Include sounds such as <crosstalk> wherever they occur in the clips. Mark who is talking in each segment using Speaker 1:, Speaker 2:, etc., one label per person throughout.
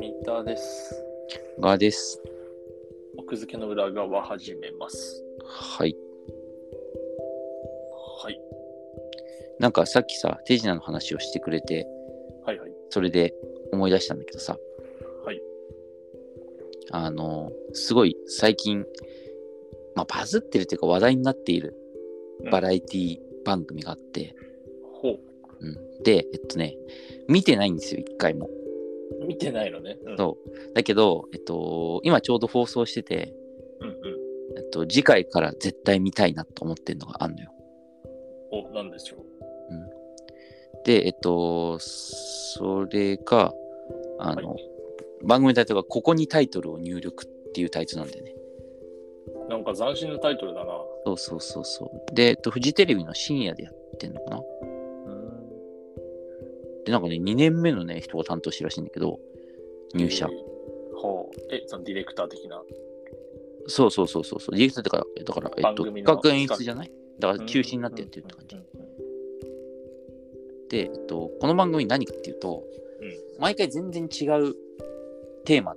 Speaker 1: 三田です。
Speaker 2: がです。
Speaker 1: 奥付けの裏側始めます。
Speaker 2: はい。
Speaker 1: はい。
Speaker 2: なんかさっきさ、手品の話をしてくれて、
Speaker 1: はいはい。
Speaker 2: それで思い出したんだけどさ、
Speaker 1: はい。
Speaker 2: あの、すごい最近、まあ、バズってるっていうか話題になっている
Speaker 1: うん
Speaker 2: バラエティ番組があって、
Speaker 1: ほ
Speaker 2: うん、で、えっとね、見てないんですよ、一回も。
Speaker 1: う。見てないのね。うん。
Speaker 2: そう。だけど、えっと、今ちょうど放送してて、
Speaker 1: うんうん。
Speaker 2: えっと、次回から絶対見たいなと思ってるのがあるのよ。
Speaker 1: お、なんでしょう。
Speaker 2: で、えっと、それが、あの、
Speaker 1: は
Speaker 2: 番組タイトルが、ここにタイトルを入力っていうタイトルなんだよね。
Speaker 1: なんか斬新なタイトルだな。
Speaker 2: そうそうそうそう。で、えっと、フジテレビの深夜でやってんのかな
Speaker 1: うん。
Speaker 2: で、なんかね、2年目のね、人が担当してるらしいんだけど、入社。
Speaker 1: えーほう。え、そのディレクター的な。
Speaker 2: そうそうそうそうそう。ディレクターってか、だから、えっ
Speaker 1: 番
Speaker 2: と、
Speaker 1: 組
Speaker 2: 企
Speaker 1: の
Speaker 2: 画演出じゃないだから中心になってやってるって感じ。
Speaker 1: うんうんうん
Speaker 2: で、えっと、この番組何かっていうと、
Speaker 1: う
Speaker 2: 毎回全然違うテーマ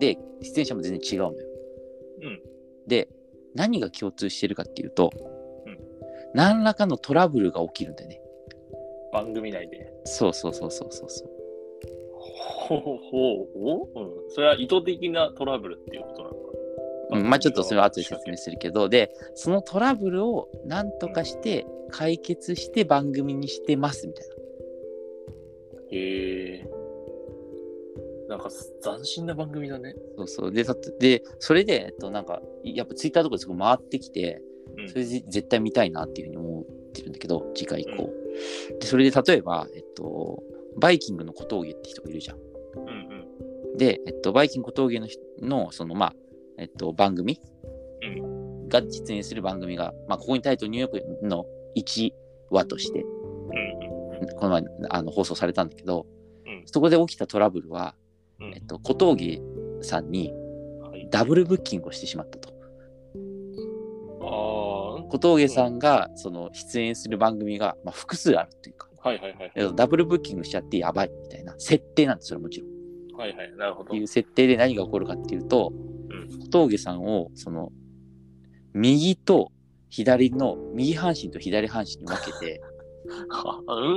Speaker 2: で、出演者も全然違うのよ。
Speaker 1: うん
Speaker 2: で、何が共通してるかっていうと、
Speaker 1: うん
Speaker 2: 何らかのトラブルが起きるんだよね。
Speaker 1: 番組内で。
Speaker 2: そうそうそうそうそうそう。
Speaker 1: ほうほうほう。うん。それは意図的なトラブルっていうことなのか。
Speaker 2: うん、まあちょっとそれは後で説明するけど、で、そのトラブルを何とかして解決して番組にしてますみたいな。
Speaker 1: へえ。なんか斬新な番組だね。
Speaker 2: そうそう。で、さでそれで、えっと、なんか、やっぱツイッターとかですごい回ってきて、
Speaker 1: うん
Speaker 2: それで絶対見たいなっていうふうに思ってるんだけど、次回以降。で、それで例えば、えっと、バイキングの小峠って人がいるじゃん。
Speaker 1: うんうん。
Speaker 2: で、えっと、バイキング小峠の人の、その、まあ、えっと、番組、
Speaker 1: う
Speaker 2: が実演する番組が、まあ、ここにタイトルニューヨークの1話として、
Speaker 1: うんうん。
Speaker 2: この前あの放送されたんだけど、
Speaker 1: うん
Speaker 2: そこで起きたトラブルは、
Speaker 1: うん
Speaker 2: えっと、小峠さんに
Speaker 1: はい、
Speaker 2: ダブルブッキングをしてしまったと。
Speaker 1: あ
Speaker 2: 小峠さんが、その出演する番組が、まあ、複数あるというか、
Speaker 1: あ、はいはいはい。
Speaker 2: ダブルブッキングしちゃってやばいみたいな設定なんですよ、もちろん。っ
Speaker 1: はいはい、なるほど。
Speaker 2: ていう設定で何が起こるかっていうと、
Speaker 1: うん
Speaker 2: 小峠さんを、その、右と左の、右半身と左半身に分けて、
Speaker 1: はうん <laughs>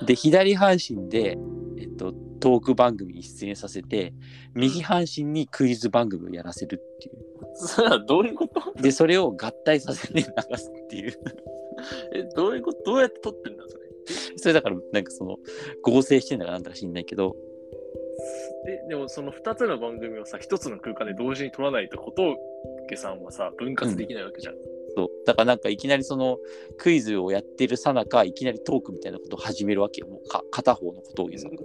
Speaker 1: うん。
Speaker 2: で、左半身で、えっと、トーク番組に出演させて、右半身にクイズ番組をやらせるってい
Speaker 1: それはどういうこと
Speaker 2: う。で、それを合体させて流すっていう。 <laughs>
Speaker 1: え、どういうことどうやって撮ってんだそれ。
Speaker 2: それだから、なんかその、合成してんだかなんだか知んないけど、
Speaker 1: え、でもその2つの番組をさ、1つの空間で同時に撮らないと、小峠さんはさ、分割できないわけじゃん。
Speaker 2: そう。だからなんかいきなりそのクイズをやってるさなか、いきなりトークみたいなことを始めるわけよ。もうか片方の小峠さんが。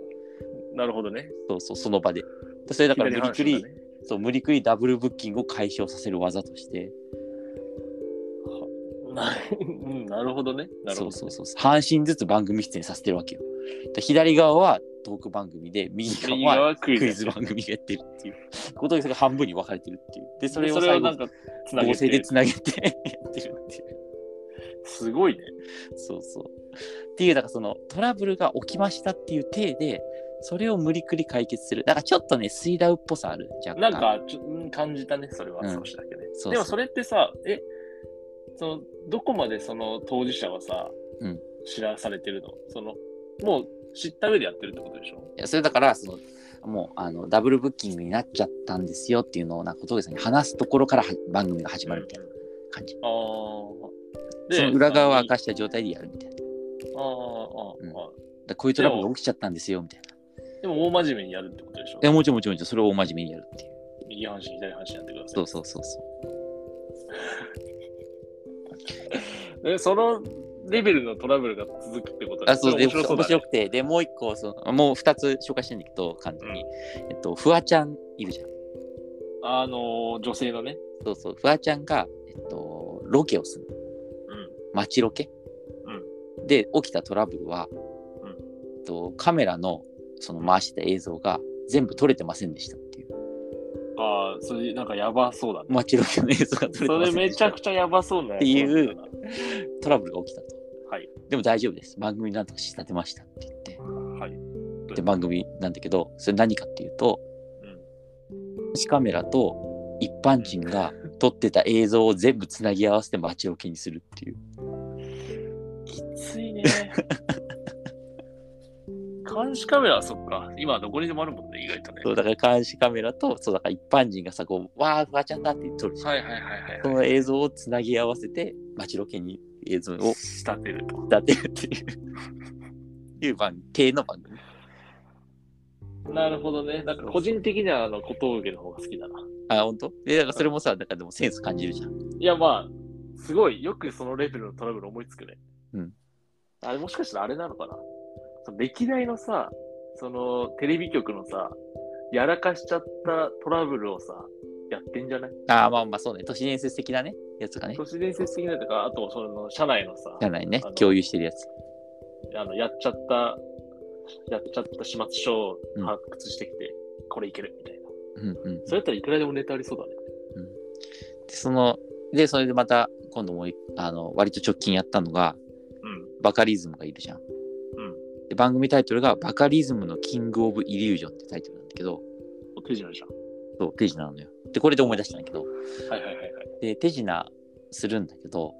Speaker 1: なるほどね。
Speaker 2: そうそう、その場で。それだから無理く
Speaker 1: 左半身
Speaker 2: り、
Speaker 1: だね
Speaker 2: そう、無理くりダブルブッキングを解消させる技として、
Speaker 1: なうん <laughs> なるほどね。なる
Speaker 2: そ
Speaker 1: ほど。
Speaker 2: うそうそう、半身ずつ番組出演させてるわけよ。で左側はトーク番組で、右
Speaker 1: 右
Speaker 2: 側は
Speaker 1: 側クイズ。
Speaker 2: クイズ番組がやってるっていう。小峠さんが半分に分かれてるっていう。で、そ
Speaker 1: そ
Speaker 2: れ
Speaker 1: れ
Speaker 2: を
Speaker 1: を
Speaker 2: 最後
Speaker 1: なん、か、つなげ
Speaker 2: 合成で
Speaker 1: て。
Speaker 2: つなげてやってるっていう。
Speaker 1: すごいね。
Speaker 2: そうそう。っていう、だからそのトラブルが起きましたっていう体で、それを無理くり解決する。だからちょっとね、水ダウっぽさある。若
Speaker 1: な
Speaker 2: 干
Speaker 1: んかちょ、うん感じたね、それは
Speaker 2: うん
Speaker 1: 少しだけね。
Speaker 2: そうそう
Speaker 1: でもそれってさ、え、そのどこまでその当事者はさ、
Speaker 2: うん
Speaker 1: 知らされてるのそのもう知った上でやってるってことでしょ
Speaker 2: いやそれだから、その、もうあのダブルブッキングになっちゃったんですよっていうのをなんか小峠さんに話すところからは番組が始まるみたいな感じ。
Speaker 1: ああ
Speaker 2: その裏側は
Speaker 1: あ
Speaker 2: 明かした状態でやるみたいな。だか
Speaker 1: あー、
Speaker 2: うん
Speaker 1: ああ、
Speaker 2: らこういうトラブルが起きちゃったんですよみたいな。い
Speaker 1: でも大真面目にやるってことでしょ
Speaker 2: や、もちろんもちろんもちろん、それを大真面目にやるっていう。
Speaker 1: 右半身、左半身やってください。
Speaker 2: そうそうそうそう。
Speaker 1: でそのレベルのトラブルが続くってこと
Speaker 2: あそう
Speaker 1: そ
Speaker 2: で
Speaker 1: れ
Speaker 2: 面
Speaker 1: 面白そう
Speaker 2: 白
Speaker 1: だね。
Speaker 2: くて、で、もう一個、そのもう二つ紹介してんだけど、簡単に。えっと、フワちゃんいるじゃん。
Speaker 1: あのー女性のね。
Speaker 2: そうそう、フワちゃんが、えっと、ロケをする。
Speaker 1: うん。
Speaker 2: 街ロケ。で、起きたトラブルは、
Speaker 1: うん
Speaker 2: えっと、カメラのその回してた映像が全部撮れてませんでしたっていう。
Speaker 1: ああ、それなんかやばそうだね。
Speaker 2: 街ロケの映像が撮れて
Speaker 1: そ
Speaker 2: ませ
Speaker 1: れ
Speaker 2: んで
Speaker 1: め
Speaker 2: し
Speaker 1: ちゃ
Speaker 2: た
Speaker 1: くちゃやばそうなやつ
Speaker 2: っていう
Speaker 1: だな
Speaker 2: トラブルが起きた
Speaker 1: は
Speaker 2: と。
Speaker 1: はい
Speaker 2: でも大丈夫です。番組なんとか仕立てましたって言って。
Speaker 1: はい。
Speaker 2: で、番組なんだけど、それ何かっていうと、
Speaker 1: うん
Speaker 2: 監視カメラと一般人が撮ってた映像を全部つなぎ合わせて待ち受けにするっていう。
Speaker 1: きついね。
Speaker 2: <laughs>
Speaker 1: 監視カメラはそっか。今どこにでもあるもんね、意外とね。
Speaker 2: そうだから監視カメラと、そうだから一般人がさ、こう、わー、ガチャンだって撮るじゃん。
Speaker 1: はいはいはいはい。
Speaker 2: その映像をつなぎ合わせて待ち受けに映像を
Speaker 1: 仕立てると。
Speaker 2: 立てるっていう。いう番系の番組。
Speaker 1: なるほどね。なんか個人的にはあの小峠の方が好きだな。
Speaker 2: あ、本当？で、だからそれもさ、だからでもセンス感じるじゃん。
Speaker 1: いやまあ、すごいよくそのレベルのトラブル思いつくね。
Speaker 2: うん。
Speaker 1: あれもしかしたらあれなのかなその歴代のさ、そのテレビ局のさ、やらかしちゃったトラブルをさ、やってんじゃない
Speaker 2: あー、まあまあそうね。都市伝説的なね、やつがね。
Speaker 1: 都市伝説的なとか、あとその社内のさ
Speaker 2: じ、ゃないね
Speaker 1: あの。
Speaker 2: 共有してるやつ。
Speaker 1: あのやっちゃった、やっちゃった始末書を発掘してきて、これいけるみたいな。
Speaker 2: うんうん。
Speaker 1: それやったらいくらでもネタありそうだね。
Speaker 2: で、その、で、それでまた、今度も、あの、割と直近やったのが、バカリズムがいるじゃん。
Speaker 1: うん。うん。
Speaker 2: で、番組タイトルが、バカリズムのキング・オブ・イリュージョンってタイトルなんだけど、
Speaker 1: お手品じゃ
Speaker 2: そう、手品なのよ。で、これで思い出したんだけど、
Speaker 1: ん。はいはいはいはい。
Speaker 2: で、手品するんだけど、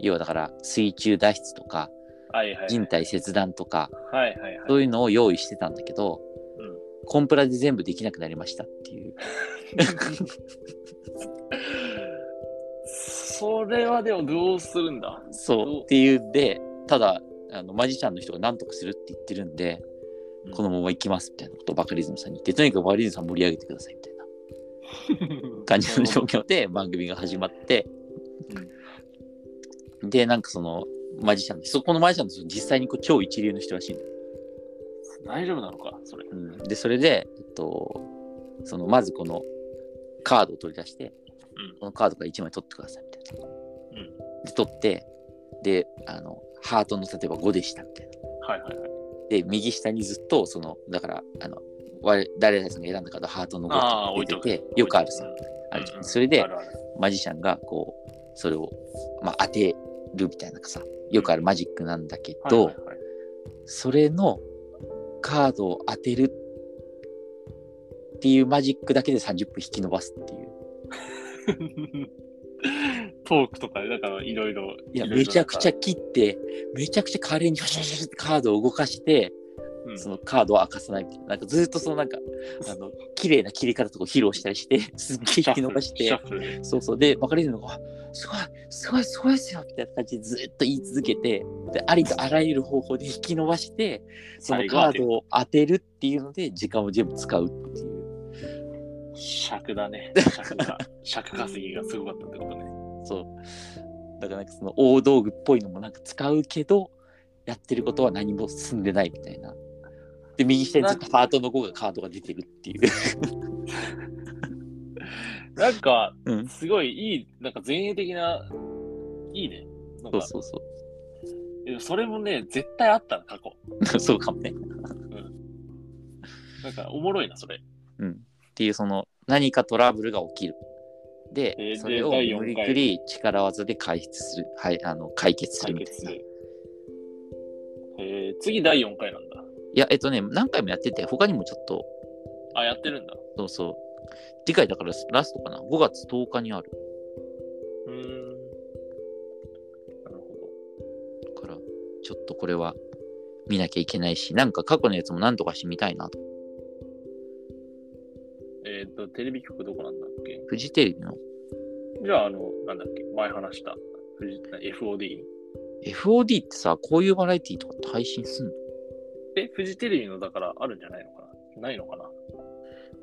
Speaker 2: 要はだから、水中脱出とか、
Speaker 1: うん。はいはいはい。
Speaker 2: 人体切断とか、
Speaker 1: はいはいはい。
Speaker 2: そういうのを用意してたんだけど、
Speaker 1: うん
Speaker 2: コンプラで全部できなくなりましたっていう。
Speaker 1: それはでもどうするんだ
Speaker 2: そうっていうんで、ただ、あのマジシャンの人が何とかするって言ってるんで、
Speaker 1: うん
Speaker 2: このまま行きますみたいなことをバカリズムさんに言って、とにかくバカリズムさん盛り上げてくださいみたいな感じの状況で番組が始まって、で、なんかそのマジシャンの人、そこのマジシャンの人、実際にこう超一流の人らしいんだよ、
Speaker 1: <laughs> 大丈夫なのかそれ。
Speaker 2: うんで、それで、えっと、そのまずこのカードを取り出して、
Speaker 1: うん
Speaker 2: このカードから1枚取ってくださいみたいな。で、取って、で、あの、ハートの例えば5でしたみたいな。
Speaker 1: はいはいはい。
Speaker 2: で右下にずっとそのだからあの我誰々さんが選んだ方ハートの
Speaker 1: ああ、置
Speaker 2: 5
Speaker 1: い
Speaker 2: って
Speaker 1: と
Speaker 2: 出
Speaker 1: く
Speaker 2: てて。よくあるさ、あるじゃんそれで
Speaker 1: あるある
Speaker 2: マジシャンがこうそれを、まあ、当てるみたいなさよくあるマジックなんだけど、
Speaker 1: はいはい <laughs> はい
Speaker 2: それのカードを当てるっていうマジックだけで30分引き伸ばすっていう
Speaker 1: トークとかで、だからいろいろ。
Speaker 2: いや
Speaker 1: ろろ
Speaker 2: めちゃくちゃ。切ってめちゃくちゃ華麗にカードを動かして
Speaker 1: うん
Speaker 2: そのカードを明かさないみたいななんかずっとそのなんかあの綺麗な切り方とかを披露したりして <laughs> すっげ
Speaker 1: シ
Speaker 2: え
Speaker 1: ャッフ
Speaker 2: 引き
Speaker 1: ル
Speaker 2: 伸ばし
Speaker 1: シャ
Speaker 2: て
Speaker 1: ッフルで
Speaker 2: <laughs> そうそうでバカリズムがあ「すごいすごいすごいですよ」みたいな感じでずっと言い続けてでありとあらゆる方法で引き伸ばしてその
Speaker 1: 最後
Speaker 2: カ
Speaker 1: は
Speaker 2: ードを当てるっていうので時間を全部使うっていう
Speaker 1: 尺だね。尺 <laughs> が。尺稼ぎがすごかったってことね。
Speaker 2: そうだからなんかその大道具っぽいのもなんか使うけどやってることは何も進んでないみたいな。で右下にずっとハートの5がカードが出てるっていう。
Speaker 1: なんか、
Speaker 2: うん
Speaker 1: すごいいい、なんか前衛的な、いいね。なん
Speaker 2: そう
Speaker 1: か、
Speaker 2: そうそ
Speaker 1: でもそれもね、絶対あったの、過去。
Speaker 2: う。 <laughs> そうかもね。
Speaker 1: なんか、おもろいな、それ。
Speaker 2: うん、っていうその何かトラブルが起きる。で
Speaker 1: え、ー
Speaker 2: それを
Speaker 1: で第四
Speaker 2: 無
Speaker 1: 回
Speaker 2: 理くり力技で解決する、はい、あの解決す
Speaker 1: 解
Speaker 2: るみた
Speaker 1: 決す
Speaker 2: いな。い
Speaker 1: る。えー、次、第4回なんだ。
Speaker 2: や、えっとね、何回もやってて、他にもちょっと、
Speaker 1: あ、やってるんだ。
Speaker 2: そうそう。次回だからラストかな。5月10日にある
Speaker 1: うーん。なるほ
Speaker 2: から、ちょっとこれは見なきゃいけないし、なんか過去のやつも何とかしてみたいなと。
Speaker 1: ど。えっ、と、テレビ局どこなんだっけ
Speaker 2: フジテレビの
Speaker 1: じゃあ、あの、なんだっけ前話した、フジ FOD?
Speaker 2: FOD ってさ、こういうバラエティとかって配信すんの
Speaker 1: え、フジテレビのだからあるんじゃないのかなないのかな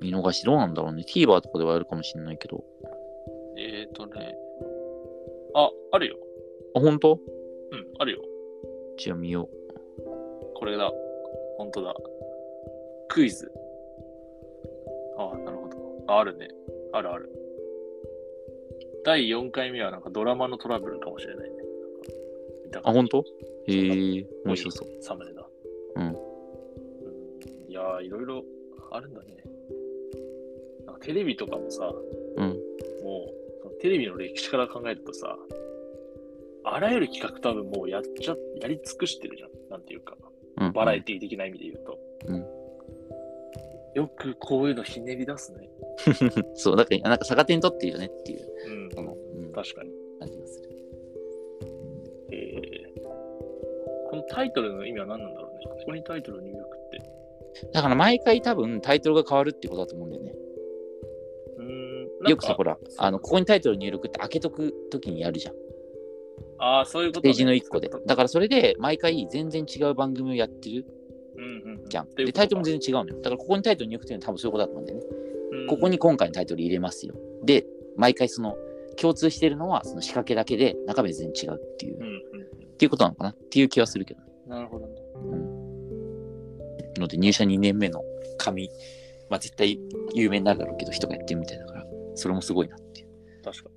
Speaker 2: 見逃しどうなんだろうね。TVer とかではやるかもしれないけど。
Speaker 1: えっ、ー、とね。あ、あるよ。
Speaker 2: あ、本当
Speaker 1: うん、あるよ。
Speaker 2: じゃあ見よう。
Speaker 1: これだ。本当だ。クイズ。ああ、なるほど。ああるね。あるある。第4回目はなんかドラマのトラブルかもしれないね。なんか見た感
Speaker 2: あ、
Speaker 1: じ
Speaker 2: 本当へえ、面白そう。
Speaker 1: サムネだ。
Speaker 2: うん
Speaker 1: うん。いやー、いろいろあるんだね。なんかテレビとかもさ、
Speaker 2: うん。
Speaker 1: もう、そのテレビの歴史から考えるとさ、あらゆる企画多分もうやっちゃ、やり尽くしてるじゃん。なんていうか、
Speaker 2: うん
Speaker 1: バラエティ的な意味で言うと。
Speaker 2: うん
Speaker 1: よくこういうのひねり出すね。
Speaker 2: そう、だから、なんか逆手に取ってるよねっていう、
Speaker 1: うん。
Speaker 2: その、うん、感
Speaker 1: 確かに。
Speaker 2: じがする。
Speaker 1: えー、このタイトルの意味は何なんだろうね。そこにタイトルを入力って。
Speaker 2: だから、毎回多分タイトルが変わるってことだと思うんだよね。
Speaker 1: うーん。なんか
Speaker 2: よくさ、ほら、あの、ここにタイトル入力って開けとくときにやるじゃん。
Speaker 1: ああ、そういうこと、
Speaker 2: ページの1個で
Speaker 1: そういう。こ
Speaker 2: だから、それで、毎回全然違う番組をやってる
Speaker 1: とうんうんうん。
Speaker 2: じゃん。
Speaker 1: っていう
Speaker 2: で、
Speaker 1: こと
Speaker 2: タイトルも全然違うのよ。だから、ここにタイトル入力っていうのは多分そういうことだと思うんだよね。
Speaker 1: うん
Speaker 2: ここに今回のタイトル入れますよ。で、毎回その共通してるのはその仕掛けだけで中身全然違うっていう、
Speaker 1: うん
Speaker 2: っ
Speaker 1: うん
Speaker 2: ていうことなのかなっていう気はするけど、ね、
Speaker 1: うん。なるほどね。
Speaker 2: ので入社2年目の紙、まあ絶対有名になるだろうけど人がやってるみたいだから、それもすごいなっていう。
Speaker 1: 確か